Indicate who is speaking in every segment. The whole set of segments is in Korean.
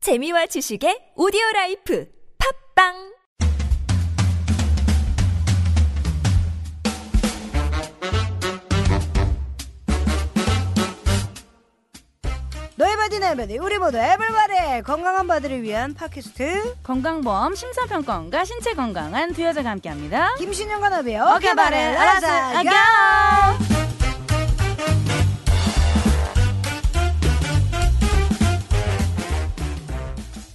Speaker 1: 재미와 지식의 오디오 라이프 팝빵
Speaker 2: 너의 바디 나의 바디 우리 모두 에블바디 건강한 바디를 위한 팟캐스트
Speaker 3: 건강보험 심사평가원과 신체 건강한 두 여자가 함께합니다.
Speaker 2: 김신영과 나비의
Speaker 3: 어깨바를
Speaker 2: 어깨바를
Speaker 3: 알아서
Speaker 2: 알아서
Speaker 3: 아겨.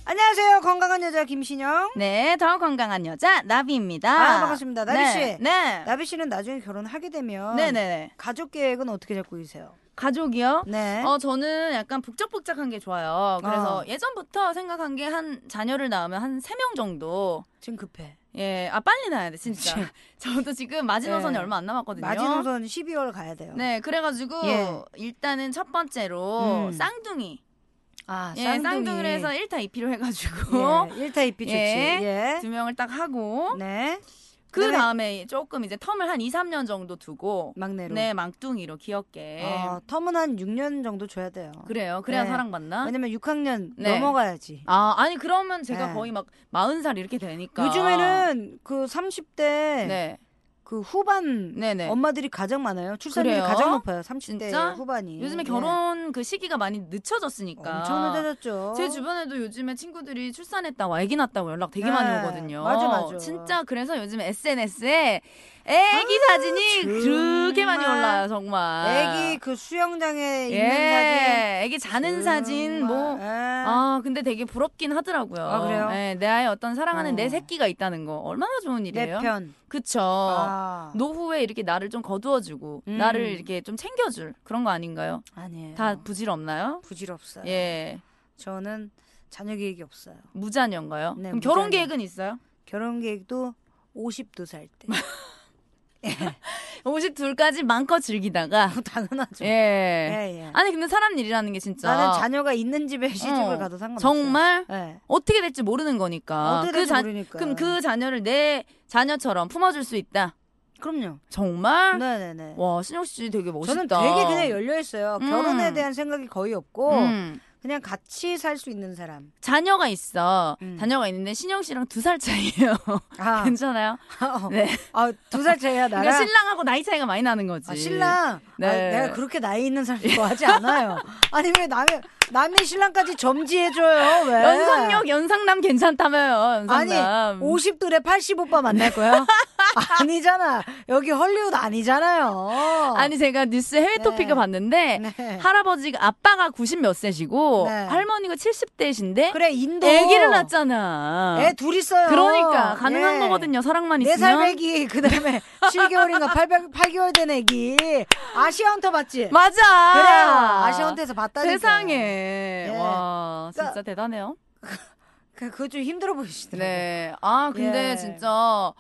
Speaker 2: 안녕하세요 건강한 여자 김신영
Speaker 3: 네, 더 건강한 여자 나비입니다.
Speaker 2: 아, 반갑습니다. 나비
Speaker 3: 네,
Speaker 2: 씨.
Speaker 3: 네,
Speaker 2: 나비 씨는 나중에 결혼하게 되면
Speaker 3: 네, 네.
Speaker 2: 가족 계획은 어떻게 잡고 계세요?
Speaker 3: 가족이요.
Speaker 2: 네.
Speaker 3: 어 저는 약간 북적북적한 게 좋아요. 그래서
Speaker 2: 어.
Speaker 3: 예전부터 생각한 게 한 자녀를 낳으면 한 세 명 정도.
Speaker 2: 지금 급해.
Speaker 3: 예, 아 빨리 낳아야 돼 진짜.
Speaker 2: 그치.
Speaker 3: 저도 지금 마지노선이
Speaker 2: 네.
Speaker 3: 얼마 안 남았거든요.
Speaker 2: 마지노선 12월 가야 돼요.
Speaker 3: 네, 그래가지고
Speaker 2: 예.
Speaker 3: 일단은 첫 번째로
Speaker 2: 음.
Speaker 3: 쌍둥이.
Speaker 2: 아,
Speaker 3: 예, 쌍둥이를 해서 1타 2피로 해가지고
Speaker 2: 예, 1타 2피 좋지.
Speaker 3: 예.
Speaker 2: 예.
Speaker 3: 두 명을 딱 하고
Speaker 2: 네.
Speaker 3: 그
Speaker 2: 그다음에-
Speaker 3: 다음에 조금 이제 텀을 한 2, 3년 정도 두고
Speaker 2: 막내로.
Speaker 3: 네 망둥이로 귀엽게
Speaker 2: 어, 텀은 한 6년 정도 줘야 돼요.
Speaker 3: 그래요 그래야
Speaker 2: 네.
Speaker 3: 사랑받나?
Speaker 2: 왜냐면 6학년
Speaker 3: 네.
Speaker 2: 넘어가야지.
Speaker 3: 아 아니 그러면 제가
Speaker 2: 네.
Speaker 3: 거의 막 40살 이렇게 되니까
Speaker 2: 요즘에는 그 30대
Speaker 3: 그러니까. 네
Speaker 2: 그 후반
Speaker 3: 네네
Speaker 2: 엄마들이 가장 많아요. 출산율이
Speaker 3: 그래요?
Speaker 2: 가장 높아요. 30대
Speaker 3: 진짜?
Speaker 2: 후반이.
Speaker 3: 요즘에
Speaker 2: 네.
Speaker 3: 결혼 그 시기가 많이
Speaker 2: 어,
Speaker 3: 늦춰졌으니까
Speaker 2: 엄청 늦어졌죠.
Speaker 3: 제 주변에도 요즘에 친구들이 출산했다고 아기 낳았다고 연락 되게
Speaker 2: 네.
Speaker 3: 많이 오거든요.
Speaker 2: 맞아, 맞아.
Speaker 3: 진짜 그래서 요즘 SNS에 애기 사진이
Speaker 2: 아, 정말.
Speaker 3: 그렇게 많이 올라요, 정말.
Speaker 2: 애기 그 수영장에
Speaker 3: 아. 예,
Speaker 2: 있는 사진. 음,
Speaker 3: 애기 자는 사진 뭐.
Speaker 2: 아,
Speaker 3: 아, 근데 되게 부럽긴 하더라고요.
Speaker 2: 아, 그래요?
Speaker 3: 예, 내 아이 어떤 사랑하는
Speaker 2: 어.
Speaker 3: 내 새끼가 있다는 거 얼마나 좋은
Speaker 2: 내
Speaker 3: 일이에요. 어. 음.
Speaker 2: 편.
Speaker 3: 그쵸.
Speaker 2: 아.
Speaker 3: 노후에 이렇게 나를 좀 거두어주고
Speaker 2: 음.
Speaker 3: 나를 이렇게 좀 챙겨줄 그런 거 아닌가요?
Speaker 2: 아니에요.
Speaker 3: 다 부질없나요?
Speaker 2: 부질없어요.
Speaker 3: 예,
Speaker 2: 저는 자녀 계획이 없어요.
Speaker 3: 무자녀인가요?
Speaker 2: 네,
Speaker 3: 그럼 결혼
Speaker 2: 무자녀.
Speaker 3: 계획은 있어요?
Speaker 2: 결혼 계획도 52살 때.
Speaker 3: 뭐, 52까지 마음껏 즐기다가
Speaker 2: 당연하죠.
Speaker 3: 예.
Speaker 2: 예, 예.
Speaker 3: 아니 근데 사람 일이라는 게 진짜
Speaker 2: 나는 자녀가 있는 집에 시집을
Speaker 3: 어,
Speaker 2: 가도 상관없어요.
Speaker 3: 정말
Speaker 2: 예.
Speaker 3: 어떻게 될지 모르는 거니까
Speaker 2: 어떻게
Speaker 3: 그
Speaker 2: 될지
Speaker 3: 자,
Speaker 2: 모르니까.
Speaker 3: 그럼 그 자녀를 내 자녀처럼 품어줄 수 있다
Speaker 2: 그럼요.
Speaker 3: 정말
Speaker 2: 네네네.
Speaker 3: 와 신영 씨 되게 멋있다
Speaker 2: 저는 되게 그냥 열려있어요.
Speaker 3: 음.
Speaker 2: 결혼에 대한 생각이 거의 없고
Speaker 3: 음.
Speaker 2: 그냥 같이 살 수 있는 사람.
Speaker 3: 자녀가 있어
Speaker 2: 음.
Speaker 3: 자녀가 있는데 신영 씨랑 두 살 차이예요
Speaker 2: 아,
Speaker 3: 괜찮아요 네
Speaker 2: 아, 두 살 차이야
Speaker 3: 그러니까
Speaker 2: 나랑.
Speaker 3: 신랑하고 나이 차이가 많이 나는 거지
Speaker 2: 아, 신랑.
Speaker 3: 네.
Speaker 2: 아, 내가 그렇게 나이 있는 사람 좋아하지 않아요. 아니 왜 남의 남의 신랑까지 점지해줘요? 왜?
Speaker 3: 연상력 연상남 괜찮다며요
Speaker 2: 아니
Speaker 3: 연상남
Speaker 2: 50들에 80 오빠 만날 거야? 아니잖아. 여기 헐리우드 아니잖아요.
Speaker 3: 아니 제가 뉴스 해외
Speaker 2: 어. 네.
Speaker 3: 토픽을 봤는데
Speaker 2: 네.
Speaker 3: 할아버지가 아빠가 90 몇 세시고
Speaker 2: 네.
Speaker 3: 할머니가 70대신데
Speaker 2: 그래 인도.
Speaker 3: 아기를 낳잖아.
Speaker 2: 애 둘 있어요.
Speaker 3: 그러니까 가능한
Speaker 2: 예.
Speaker 3: 거거든요. 사랑만
Speaker 2: 네 살
Speaker 3: 있으면.
Speaker 2: 애기 그다음에 7개월인가 800, 8개월 된 애기 아시아헌터 봤지?
Speaker 3: 맞아.
Speaker 2: 그래요 아시아헌터에서 봤다니까
Speaker 3: 세상에.
Speaker 2: 예.
Speaker 3: 와, 진짜
Speaker 2: 그러니까-
Speaker 3: 대단해요.
Speaker 2: 그, 그거 좀 힘들어 보이시더라고요
Speaker 3: 네. 아, 근데
Speaker 2: 예. 네.
Speaker 3: 진짜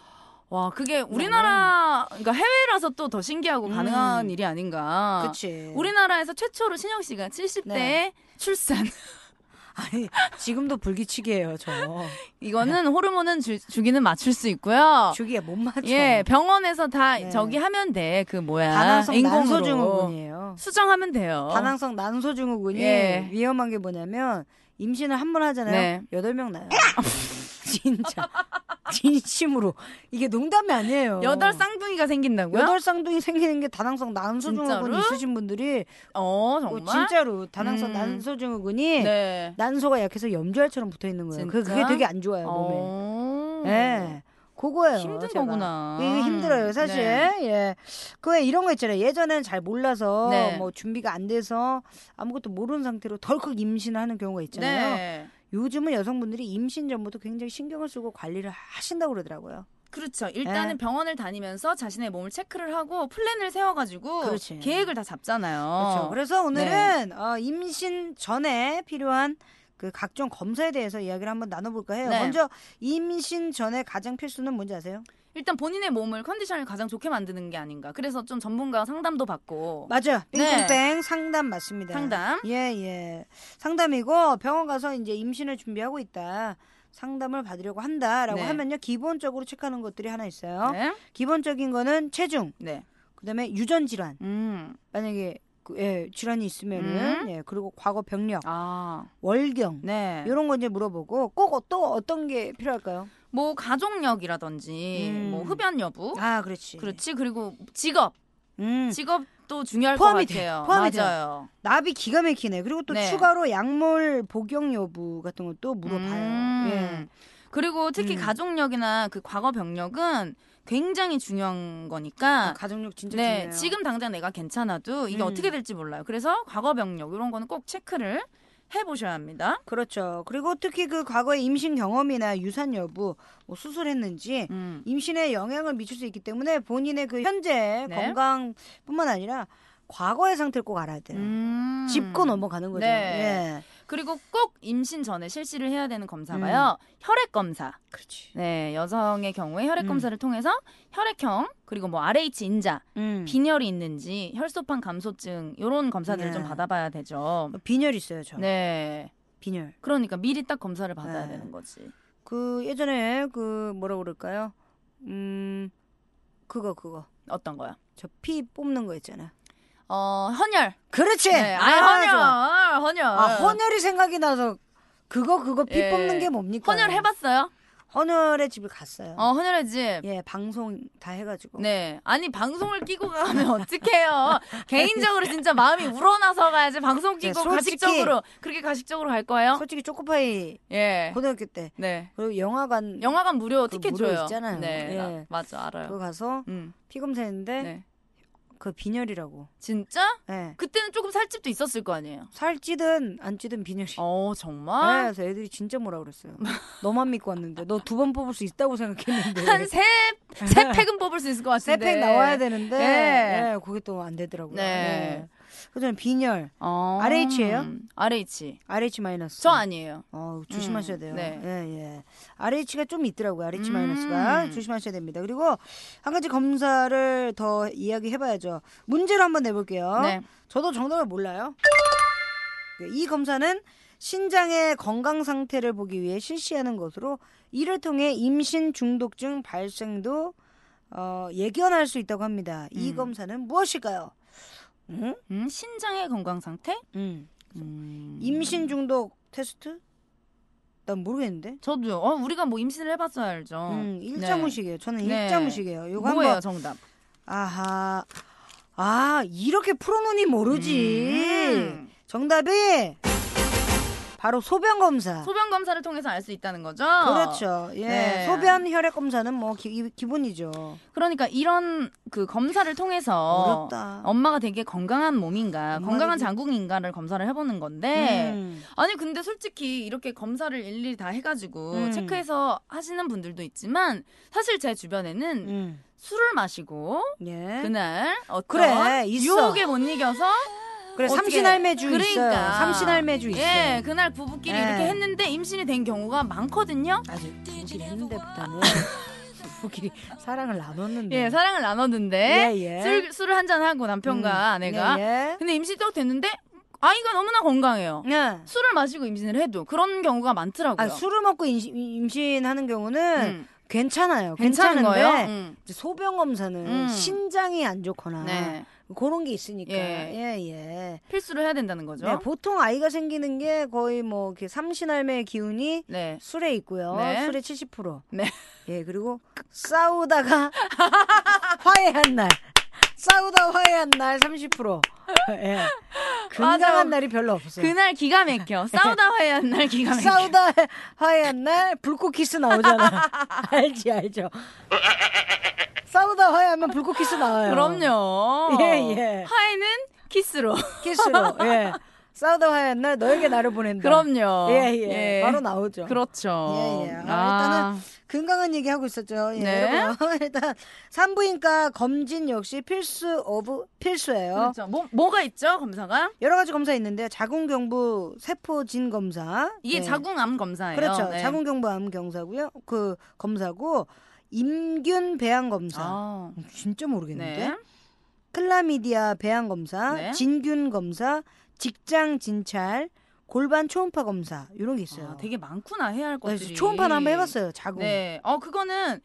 Speaker 3: 와, 그게 우리나라 그러니까 해외라서 또 더 신기하고
Speaker 2: 음.
Speaker 3: 가능한 일이 아닌가.
Speaker 2: 그치
Speaker 3: 우리나라에서 최초로 신영 씨가 70대에
Speaker 2: 네.
Speaker 3: 출산.
Speaker 2: 아니 지금도 불규칙이에요 저
Speaker 3: 이거는 호르몬은 주, 주기는 맞출 수 있고요.
Speaker 2: 주기에 못 맞춰
Speaker 3: 아. 예, 병원에서 다
Speaker 2: 네.
Speaker 3: 저기 하면 돼. 그 뭐야.
Speaker 2: 다낭성
Speaker 3: 인공으로.
Speaker 2: 난소증후군이에요
Speaker 3: 수정하면 돼요.
Speaker 2: 다낭성 난소증후군이
Speaker 3: 어. 예.
Speaker 2: 위험한 게 뭐냐면 임신을 한 번
Speaker 3: 네.
Speaker 2: 하잖아요 여덟 명 나요 진짜 진심으로 이게 농담이 아니에요
Speaker 3: 여덟 쌍둥이가 생긴다고요?
Speaker 2: 여덟 쌍둥이 생기는 게 다낭성 난소증후군
Speaker 3: 진짜로?
Speaker 2: 있으신 분들이
Speaker 3: 어,
Speaker 2: 어,
Speaker 3: 정말?
Speaker 2: 진짜로 다낭성
Speaker 3: 음.
Speaker 2: 난소증후군이
Speaker 3: 네.
Speaker 2: 난소가 약해서 염주알처럼 붙어 있는 거예요. 그,
Speaker 3: 진짜?
Speaker 2: 그게 되게 안 좋아요 몸에.
Speaker 3: 어.
Speaker 2: 예, 그거예요.
Speaker 3: 힘든
Speaker 2: 제가.
Speaker 3: 거구나.
Speaker 2: 이게 힘들어요 사실.
Speaker 3: 네.
Speaker 2: 예, 그왜 이런 거 있잖아요. 예전엔 잘 몰라서
Speaker 3: 네.
Speaker 2: 뭐 준비가 안 돼서 아무것도 모르는 상태로 덜컥 임신하는 경우가 있잖아요.
Speaker 3: 네.
Speaker 2: 요즘은 여성분들이 임신 전부터 굉장히 신경을 쓰고 관리를 하신다고 그러더라고요.
Speaker 3: 그렇죠. 일단은
Speaker 2: 예.
Speaker 3: 병원을 다니면서 자신의 몸을 체크를 하고 플랜을 세워가지고
Speaker 2: 그렇지.
Speaker 3: 계획을 다 잡잖아요.
Speaker 2: 그렇죠.
Speaker 3: 네.
Speaker 2: 그래서 오늘은 어, 임신 전에 필요한 그 각종 검사에 대해서 이야기를 한번 나눠볼까 해요.
Speaker 3: 네.
Speaker 2: 먼저 임신 전에 가장 필수는 뭔지 아세요?
Speaker 3: 일단 본인의 몸을 컨디션을 가장 좋게 만드는 게 아닌가. 그래서 좀 전문가 상담도 받고
Speaker 2: 맞아요.
Speaker 3: 네.
Speaker 2: 빙뱅 상담 맞습니다.
Speaker 3: 상담.
Speaker 2: 예, 예. 상담이고 병원 가서 이제 임신을 준비하고 있다. 상담을 받으려고 한다라고
Speaker 3: 네.
Speaker 2: 하면요. 기본적으로 체크하는 것들이 하나 있어요.
Speaker 3: 네.
Speaker 2: 기본적인 거는 체중,
Speaker 3: 네.
Speaker 2: 그다음에 유전 질환.
Speaker 3: 음.
Speaker 2: 만약에 그, 예, 질환이 있으면은
Speaker 3: 음.
Speaker 2: 예, 그리고 과거 병력,
Speaker 3: 아,
Speaker 2: 월경
Speaker 3: 네.
Speaker 2: 이런 거 이제 물어보고 꼭 또 어떤 게 필요할까요?
Speaker 3: 뭐 가족력이라든지
Speaker 2: 음.
Speaker 3: 뭐 흡연 여부.
Speaker 2: 아, 그렇지.
Speaker 3: 그렇지. 그리고 직업.
Speaker 2: 음.
Speaker 3: 직업도 중요할
Speaker 2: 포함이
Speaker 3: 것 같아요.
Speaker 2: 돼요. 포함이
Speaker 3: 맞아요.
Speaker 2: 나비 기가 막히네. 그리고 또
Speaker 3: 네.
Speaker 2: 추가로 약물 복용 여부 같은 것도 물어봐요.
Speaker 3: 음.
Speaker 2: 예.
Speaker 3: 그리고 특히
Speaker 2: 음.
Speaker 3: 가족력이나 그 과거 병력은 굉장히 중요한
Speaker 2: 아,
Speaker 3: 거니까.
Speaker 2: 가족력 진짜
Speaker 3: 네,
Speaker 2: 중요해요.
Speaker 3: 지금 당장 내가 괜찮아도 이게
Speaker 2: 음.
Speaker 3: 어떻게 될지 몰라요. 그래서 과거 병력 이런 거는 꼭 체크를 해보셔야 합니다.
Speaker 2: 그렇죠. 그리고 특히 그 과거의 임신 경험이나 유산 여부, 뭐 수술했는지
Speaker 3: 음.
Speaker 2: 임신에 영향을 미칠 수 있기 때문에 본인의 그 현재
Speaker 3: 네.
Speaker 2: 건강뿐만 아니라 과거의 상태를 꼭 알아야 돼요.
Speaker 3: 음.
Speaker 2: 네. 짚고 넘어가는 거죠.
Speaker 3: 네.
Speaker 2: 예.
Speaker 3: 그리고 꼭 임신 전에 실시를 해야 되는 검사가요. 혈액 검사.
Speaker 2: 그렇지.
Speaker 3: 네, 여성의 경우에 혈액
Speaker 2: 음.
Speaker 3: 검사를 통해서 혈액형 그리고 뭐 RH 인자,
Speaker 2: 음.
Speaker 3: 빈혈이 있는지, 혈소판 감소증 요런 검사들을
Speaker 2: 네.
Speaker 3: 좀 받아봐야 되죠.
Speaker 2: 어, 빈혈 있어요, 저.
Speaker 3: 네.
Speaker 2: 빈혈.
Speaker 3: 그러니까 미리 딱 검사를 받아야
Speaker 2: 네.
Speaker 3: 되는 거지.
Speaker 2: 그 예전에 그 뭐라 그럴까요? 음. 그거 그거.
Speaker 3: 어떤 거야?
Speaker 2: 저 피 뽑는 거 있잖아.
Speaker 3: 어, 헌혈.
Speaker 2: 그렇지.
Speaker 3: 네. 아, 헌혈.
Speaker 2: 좋아.
Speaker 3: 헌혈.
Speaker 2: 아, 헌혈이 생각이 나서 그거 그거 피
Speaker 3: 예.
Speaker 2: 뽑는 게 뭡니까?
Speaker 3: 헌혈 해 봤어요?
Speaker 2: 헌혈의 집을 갔어요.
Speaker 3: 어, 헌혈의 집.
Speaker 2: 예, 방송 다 해가지고.
Speaker 3: 네. 아니, 방송을 끼고 가면 어떡해요. 개인적으로 진짜 마음이 우러나서 가야지. 방송
Speaker 2: 네,
Speaker 3: 끼고
Speaker 2: 솔직히-
Speaker 3: 가식적으로. 그렇게 가식적으로 갈 거예요?
Speaker 2: 솔직히 초코파이
Speaker 3: 어. 예.
Speaker 2: 고등학교 때
Speaker 3: 네.
Speaker 2: 그리고 영화관
Speaker 3: 영화관 무료
Speaker 2: 그
Speaker 3: 티켓
Speaker 2: 무료
Speaker 3: 줘요.
Speaker 2: 있잖아요.
Speaker 3: 네.
Speaker 2: 예.
Speaker 3: 나- 맞아, 알아요.
Speaker 2: 그거 가서
Speaker 3: 음.
Speaker 2: 피 검사했는데
Speaker 3: 네.
Speaker 2: 그 빈혈이라고.
Speaker 3: 진짜?
Speaker 2: 예.
Speaker 3: 그때는 조금 살집도 있었을 거 아니에요.
Speaker 2: 살 찌든 안 찌든 빈혈이.
Speaker 3: 어,
Speaker 2: 네,
Speaker 3: 정말?
Speaker 2: 그래서 애들이 진짜 뭐라 그랬어요. 너만 믿고 왔는데 너 두 번 뽑을 수 있다고 생각했는데
Speaker 3: 한 세, 세 팩은 뽑을 수 있을 것 같은데.
Speaker 2: 네. 세팩 나와야 되는데
Speaker 3: 네.
Speaker 2: 예, 그게 또 안 되더라고요.
Speaker 3: 네.
Speaker 2: 예. 그전 빈혈
Speaker 3: 어.
Speaker 2: RH 예요?
Speaker 3: RH.
Speaker 2: RH 마이너스.
Speaker 3: 저 아니에요.
Speaker 2: 어, 조심하셔야
Speaker 3: 음,
Speaker 2: 돼요.
Speaker 3: 네.
Speaker 2: 예, 예. RH가 좀 있더라고요. RH 마이너스가
Speaker 3: 음.
Speaker 2: 조심하셔야 됩니다. 그리고 한 가지 검사를 더 이야기해 봐야죠. 문제를 한번 내 볼게요.
Speaker 3: 네.
Speaker 2: 저도 정답을 몰라요. 이 검사는 신장의 건강 상태를 보기 위해 실시하는 것으로 이를 통해 임신 중독증 발생도 어, 예견할 수 있다고 합니다. 이
Speaker 3: 음.
Speaker 2: 검사는 무엇일까요? 응?
Speaker 3: 음, 신장의 건강 상태?
Speaker 2: 음.
Speaker 3: 음.
Speaker 2: 임신 중독 테스트? 난 모르겠는데.
Speaker 3: 저도요. 어, 우리가 뭐 임신을 해봤어야 알죠. 네.
Speaker 2: 음, 일자무식이에요. 저는 일자무식이에요. 요거
Speaker 3: 뭐예요,
Speaker 2: 한번
Speaker 3: 정답?
Speaker 2: 아하. 아, 이렇게 풀어놓니 모르지.
Speaker 3: 음.
Speaker 2: 정답이 바로 소변 검사.
Speaker 3: 소변 검사를 통해서 알 수 있다는 거죠.
Speaker 2: 그렇죠. 예.
Speaker 3: 네.
Speaker 2: 소변 혈액 검사는 뭐 기, 본이죠
Speaker 3: 그러니까 이런 그 검사를 통해서
Speaker 2: 어렵다.
Speaker 3: 엄마가 되게 건강한 몸인가,
Speaker 2: 엄마가
Speaker 3: 건강한
Speaker 2: 되게-
Speaker 3: 장국인가를 검사를 해보는 건데.
Speaker 2: 음.
Speaker 3: 아니 근데 솔직히 이렇게 검사를 일일이 다 해가지고
Speaker 2: 음.
Speaker 3: 체크해서 하시는 분들도 있지만 사실 제 주변에는
Speaker 2: 음.
Speaker 3: 술을 마시고
Speaker 2: 예.
Speaker 3: 그날 어떤
Speaker 2: 그래, 있어.
Speaker 3: 유혹에 못 이겨서
Speaker 2: 그래
Speaker 3: 어떻게-
Speaker 2: 삼신할매주 있어요.
Speaker 3: 그러니까.
Speaker 2: 삼신할매주 있어요.
Speaker 3: 예 그날 부부끼리
Speaker 2: 예.
Speaker 3: 이렇게 했는데 임신이 된 경우가 많거든요.
Speaker 2: 아주 부부끼리 했는데보다는 부부끼리 사랑을 나눴는데.
Speaker 3: 예 사랑을 나눴는데
Speaker 2: 네. 예, 예.
Speaker 3: 술 술을 한잔 하고 남편과
Speaker 2: 음.
Speaker 3: 아내가
Speaker 2: 예,
Speaker 3: 근데 임신 딱 됐는데 아이가 너무나 건강해요.
Speaker 2: 예. 예.
Speaker 3: 술을 마시고 임신을 해도 그런 경우가 많더라고요.
Speaker 2: 아, 술을 먹고 임신, 임신하는 경우는
Speaker 3: 음,
Speaker 2: 괜찮아요.
Speaker 3: 괜찮은 거예요?
Speaker 2: 괜찮은데
Speaker 3: 음.
Speaker 2: 이제 소변 검사는
Speaker 3: 음.
Speaker 2: 신장이 안 좋거나
Speaker 3: 네
Speaker 2: 그런 게 있으니까
Speaker 3: 예.
Speaker 2: 예, 예.
Speaker 3: 필수로 해야 된다는 거죠.
Speaker 2: 네, 보통 아이가 생기는 게 거의 뭐 이렇게 삼신할매의 기운이
Speaker 3: 네.
Speaker 2: 술에 있고요.
Speaker 3: 네.
Speaker 2: 술의 70%.
Speaker 3: 네.
Speaker 2: 예, 그리고 싸우다가 화해한 날. 싸우다 화해한 날 30%. 예. 건강한
Speaker 3: 맞아요.
Speaker 2: 날이 별로 없어요.
Speaker 3: 그날 기가 막혀.
Speaker 2: 네.
Speaker 3: 싸우다 화해한 날 기가 막혀.
Speaker 2: 싸우다 화해한 날 불꽃 키스 나오잖아. 알지,
Speaker 3: 어,
Speaker 2: 알죠. 싸우다 화해하면 불꽃 키스 나와요.
Speaker 3: 그럼요.
Speaker 2: 예, 네. 예.
Speaker 3: 화해는 키스로.
Speaker 2: 키스로. 예. 싸우다 화해한 날 너에게 나를 보낸다.
Speaker 3: 그럼요.
Speaker 2: 예, 예. 바로 나오죠.
Speaker 3: 그렇죠.
Speaker 2: 예, 예. 아, 일단은 건강한 얘기 하고 있었죠. 예,
Speaker 3: 네.
Speaker 2: 여러분. 일단 산부인과 검진 역시 필수 오브 필수예요.
Speaker 3: 그렇죠. 뭐, 뭐가 있죠, 검사가?
Speaker 2: 여러 가지 검사 있는데요. 자궁경부 세포진 검사.
Speaker 3: 이게
Speaker 2: 예.
Speaker 3: 자궁암 검사예요.
Speaker 2: 그렇죠.
Speaker 3: 네.
Speaker 2: 자궁경부암 검사고요. 그 검사고 임균 배양 검사.
Speaker 3: 아,
Speaker 2: 진짜 모르겠는데.
Speaker 3: 네.
Speaker 2: 클라미디아 배양 검사,
Speaker 3: 네.
Speaker 2: 진균 검사, 직장 진찰, 골반 초음파 검사 이런 게 있어요. 네,
Speaker 3: 아, 되게 많구나 해야 할
Speaker 2: 그래서
Speaker 3: 아, 것들이.
Speaker 2: 초음파는 한번 해봤어요. 자궁.
Speaker 3: 네. 어, 그거는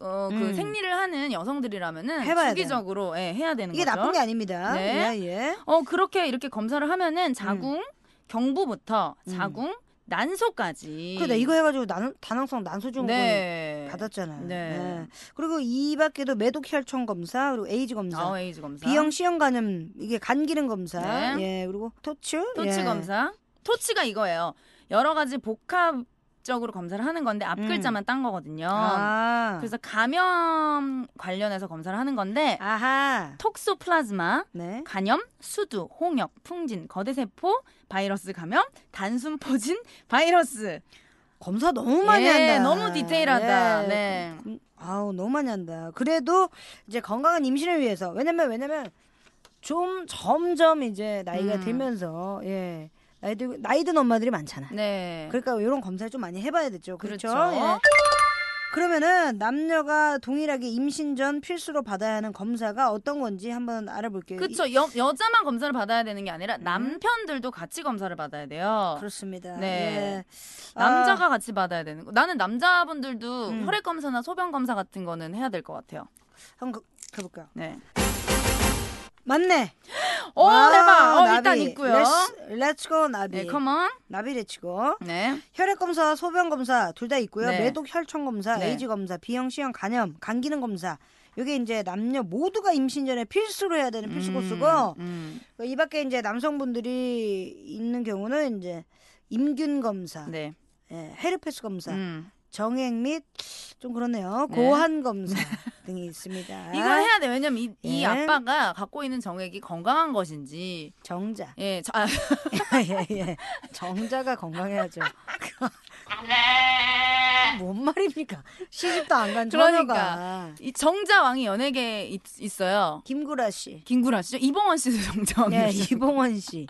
Speaker 3: 어, 그
Speaker 2: 음.
Speaker 3: 생리를 하는 여성들이라면은
Speaker 2: 해봐야
Speaker 3: 주기적으로 예, 해야 되는
Speaker 2: 이게
Speaker 3: 거죠.
Speaker 2: 나쁜 게 아닙니다.
Speaker 3: 네.
Speaker 2: 예, 예.
Speaker 3: 어 그렇게 이렇게 검사를 하면은 자궁, 경부부터
Speaker 2: 음.
Speaker 3: 자궁, 난소까지.
Speaker 2: 그래, 나 이거 해가지고 난, 다낭성 난소증
Speaker 3: 네.
Speaker 2: 받았잖아요.
Speaker 3: 네.
Speaker 2: 네. 그리고 이 밖에도 매독 혈청 검사, 그리고 에이즈 검사,
Speaker 3: 아우 네. 에이즈 검사.
Speaker 2: 비형 C형 간염, 이게 간 기능 검사,
Speaker 3: 네.
Speaker 2: 예, 그리고 토츠,
Speaker 3: 토치
Speaker 2: 예.
Speaker 3: 검사. 토치가 이거예요. 여러 가지 복합적으로 검사를 하는 건데 앞
Speaker 2: 음.
Speaker 3: 글자만 딴 거거든요.
Speaker 2: 아.
Speaker 3: 그래서 감염 관련해서 검사를 하는 건데
Speaker 2: 아하.
Speaker 3: 톡소플라즈마,
Speaker 2: 네.
Speaker 3: 간염, 수두, 홍역, 풍진, 거대세포, 바이러스 감염, 단순포진, 바이러스.
Speaker 2: 검사 너무 많이
Speaker 3: 예,
Speaker 2: 한다.
Speaker 3: 너무 디테일하다.
Speaker 2: 예.
Speaker 3: 네.
Speaker 2: 음, 아우 너무 많이 한다. 그래도 이제 건강한 임신을 위해서 왜냐면 왜냐면 좀 점점 이제 나이가
Speaker 3: 음.
Speaker 2: 들면서 예 나이 들 나이 든 엄마들이 많잖아.
Speaker 3: 네.
Speaker 2: 그러니까 이런 검사를 좀 많이 해봐야 되죠. 그렇죠.
Speaker 3: 그렇죠.
Speaker 2: 예. 그러면은 남녀가 동일하게 임신 전 필수로 받아야 하는 검사가 어떤 건지 한번 알아볼게요.
Speaker 3: 그렇죠. 여, 여자만 검사를 받아야 되는 게 아니라 남편들도 같이 검사를 받아야 돼요.
Speaker 2: 이- 음. 그렇습니다.
Speaker 3: 네.
Speaker 2: 예.
Speaker 3: 남자가 같이 받아야 되는 거. 나는 남자분들도
Speaker 2: 음.
Speaker 3: 혈액 검사나 소변 검사 같은 거는 해야 될 것 같아요.
Speaker 2: 아, 한번 그- 가볼까요?
Speaker 3: 네.
Speaker 2: 맞네.
Speaker 3: 오
Speaker 2: 와, 예.
Speaker 3: 대박. 어, 일단
Speaker 2: 나비.
Speaker 3: 있고요.
Speaker 2: 렛츠, 렛츠고 나비.
Speaker 3: 네, 컴온.
Speaker 2: 나비 렛츠고.
Speaker 3: 네.
Speaker 2: 혈액 검사, 소변 검사 둘 다 있고요.
Speaker 3: 네.
Speaker 2: 매독 혈청 검사,
Speaker 3: 네.
Speaker 2: 에이즈 검사, 비형 C형 간염, 간 기능 검사. 이게 이제 남녀 모두가 임신 전에 필수로 해야 되는 필수 코스고
Speaker 3: 음,
Speaker 2: 이 밖에 이제 남성분들이 있는 경우는 이제 임균 검사,
Speaker 3: 음. 네.
Speaker 2: 예, 헤르페스 검사,
Speaker 3: 음.
Speaker 2: 정액 및 좀 그렇네요.
Speaker 3: 네.
Speaker 2: 고환 검사 등이 있습니다.
Speaker 3: 이걸 해야 돼. 왜냐면 이, 이
Speaker 2: 아, 예.
Speaker 3: 아빠가 갖고 있는 정액이 건강한 것인지.
Speaker 2: 정자.
Speaker 3: 예. 저, 아,
Speaker 2: 예, 예. 정자가 건강해야죠.
Speaker 3: 아,
Speaker 2: 뭔 말입니까? 시집도 안 간
Speaker 3: 네. 그러니까.
Speaker 2: 처녀가.
Speaker 3: 이 정자왕이 연예계에 있, 있어요.
Speaker 2: 김구라 씨.
Speaker 3: 김구라 씨죠? 이봉원 씨도
Speaker 2: 네,
Speaker 3: 정자왕이죠.
Speaker 2: 이봉원 씨.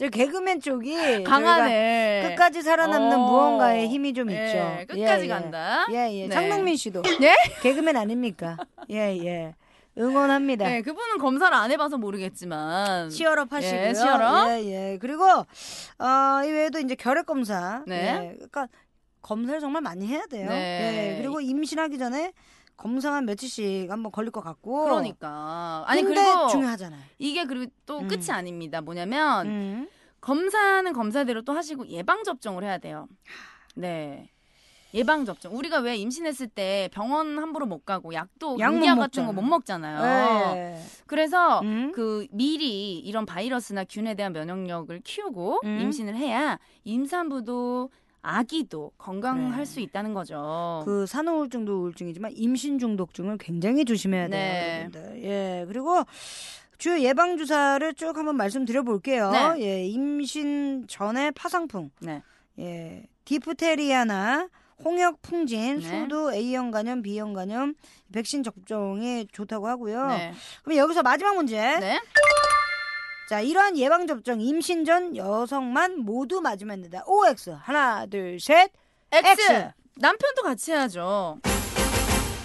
Speaker 2: 저 개그맨 쪽이 저희가
Speaker 3: 강하네.
Speaker 2: 끝까지 살아남는
Speaker 3: 어.
Speaker 2: 무언가의 힘이 좀
Speaker 3: 예,
Speaker 2: 있죠. 예,
Speaker 3: 끝까지
Speaker 2: 예.
Speaker 3: 간다.
Speaker 2: 예, 예.
Speaker 3: 네.
Speaker 2: 장동민 씨도
Speaker 3: 예?
Speaker 2: 개그맨 아닙니까? 예, 예. 응원합니다.
Speaker 3: 네, 그분은 검사를 안 해봐서 모르겠지만.
Speaker 2: 치열업 하시고요.
Speaker 3: 예, 치열업.
Speaker 2: 예, 예. 그리고 어, 이 외에도 이제 결핵 검사.
Speaker 3: 네.
Speaker 2: 예. 그러니까 검사를 정말 많이 해야 돼요.
Speaker 3: 네.
Speaker 2: 예. 그리고 임신하기 전에 검사 한 며칠씩 한번 걸릴 것 같고.
Speaker 3: 그러니까. 아니,
Speaker 2: 근데
Speaker 3: 그리고
Speaker 2: 중요하잖아요.
Speaker 3: 이게 그리고 또
Speaker 2: 음.
Speaker 3: 끝이 아닙니다. 뭐냐면
Speaker 2: 음.
Speaker 3: 검사는 검사대로 또 하시고 예방 접종을 해야 돼요. 네. 예방 접종. 우리가 왜 임신했을 때 병원 함부로 못 가고 약도
Speaker 2: 약못
Speaker 3: 약약 같은
Speaker 2: 먹잖아.
Speaker 3: 거 못 먹잖아요.
Speaker 2: 예.
Speaker 3: 어. 그래서
Speaker 2: 음.
Speaker 3: 그 미리 이런 바이러스나 균에 대한 면역력을 키우고
Speaker 2: 음.
Speaker 3: 임신을 해야 임산부도 아기도 건강할
Speaker 2: 그래.
Speaker 3: 수 있다는 거죠.
Speaker 2: 그 산후우울증도 우울증이지만 임신 중독증을 굉장히 조심해야 돼요,
Speaker 3: 네.
Speaker 2: 여러분들. 예, 그리고 주요 예방 주사를 쭉 한번 말씀드려 볼게요.
Speaker 3: 네.
Speaker 2: 예, 임신 전에 파상풍,
Speaker 3: 네.
Speaker 2: 예, 디프테리아나 홍역, 풍진,
Speaker 3: 네.
Speaker 2: 수두, A형 간염, B형 간염 백신 접종이 좋다고 하고요.
Speaker 3: 네.
Speaker 2: 그럼 여기서 마지막 문제.
Speaker 3: 네.
Speaker 2: 자, 이러한 예방 접종 임신 전 여성만 모두 맞으면 된다. OX 하나, 둘, 셋.
Speaker 3: X. 남편도 같이 해야죠.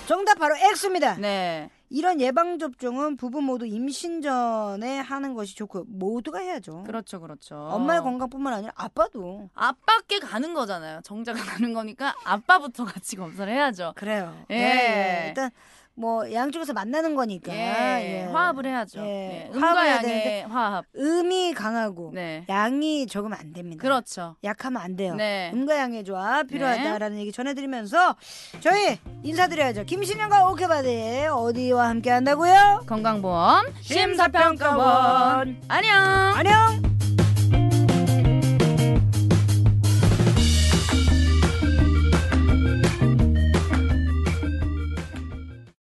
Speaker 2: 정답 바로 X입니다.
Speaker 3: 네.
Speaker 2: 이런 예방 접종은 부부 모두 임신 전에 하는 것이 좋고 모두가 해야죠.
Speaker 3: 그렇죠. 그렇죠.
Speaker 2: 엄마의 건강뿐만 아니라 아빠도
Speaker 3: 아빠께 가는 거잖아요. 정자가 가는 거니까 아빠부터 같이 검사를 해야죠.
Speaker 2: 그래요. 네,
Speaker 3: 예.
Speaker 2: 일단 뭐 양쪽에서 만나는 거니까
Speaker 3: 예,
Speaker 2: 예.
Speaker 3: 화합을 해야죠.
Speaker 2: 예,
Speaker 3: 예,
Speaker 2: 화합을
Speaker 3: 음과
Speaker 2: 해야
Speaker 3: 양의 화합.
Speaker 2: 음이 강하고
Speaker 3: 네,
Speaker 2: 양이 적으면 안 됩니다.
Speaker 3: 그렇죠.
Speaker 2: 약하면 안 돼요.
Speaker 3: 네.
Speaker 2: 음과 양의 조합 필요하다라는 얘기 전해드리면서 저희 인사드려야죠. 김신영과 오케바디 어디와 함께 한다고요?
Speaker 3: 건강보험 심사평가원 안녕.
Speaker 2: 안녕.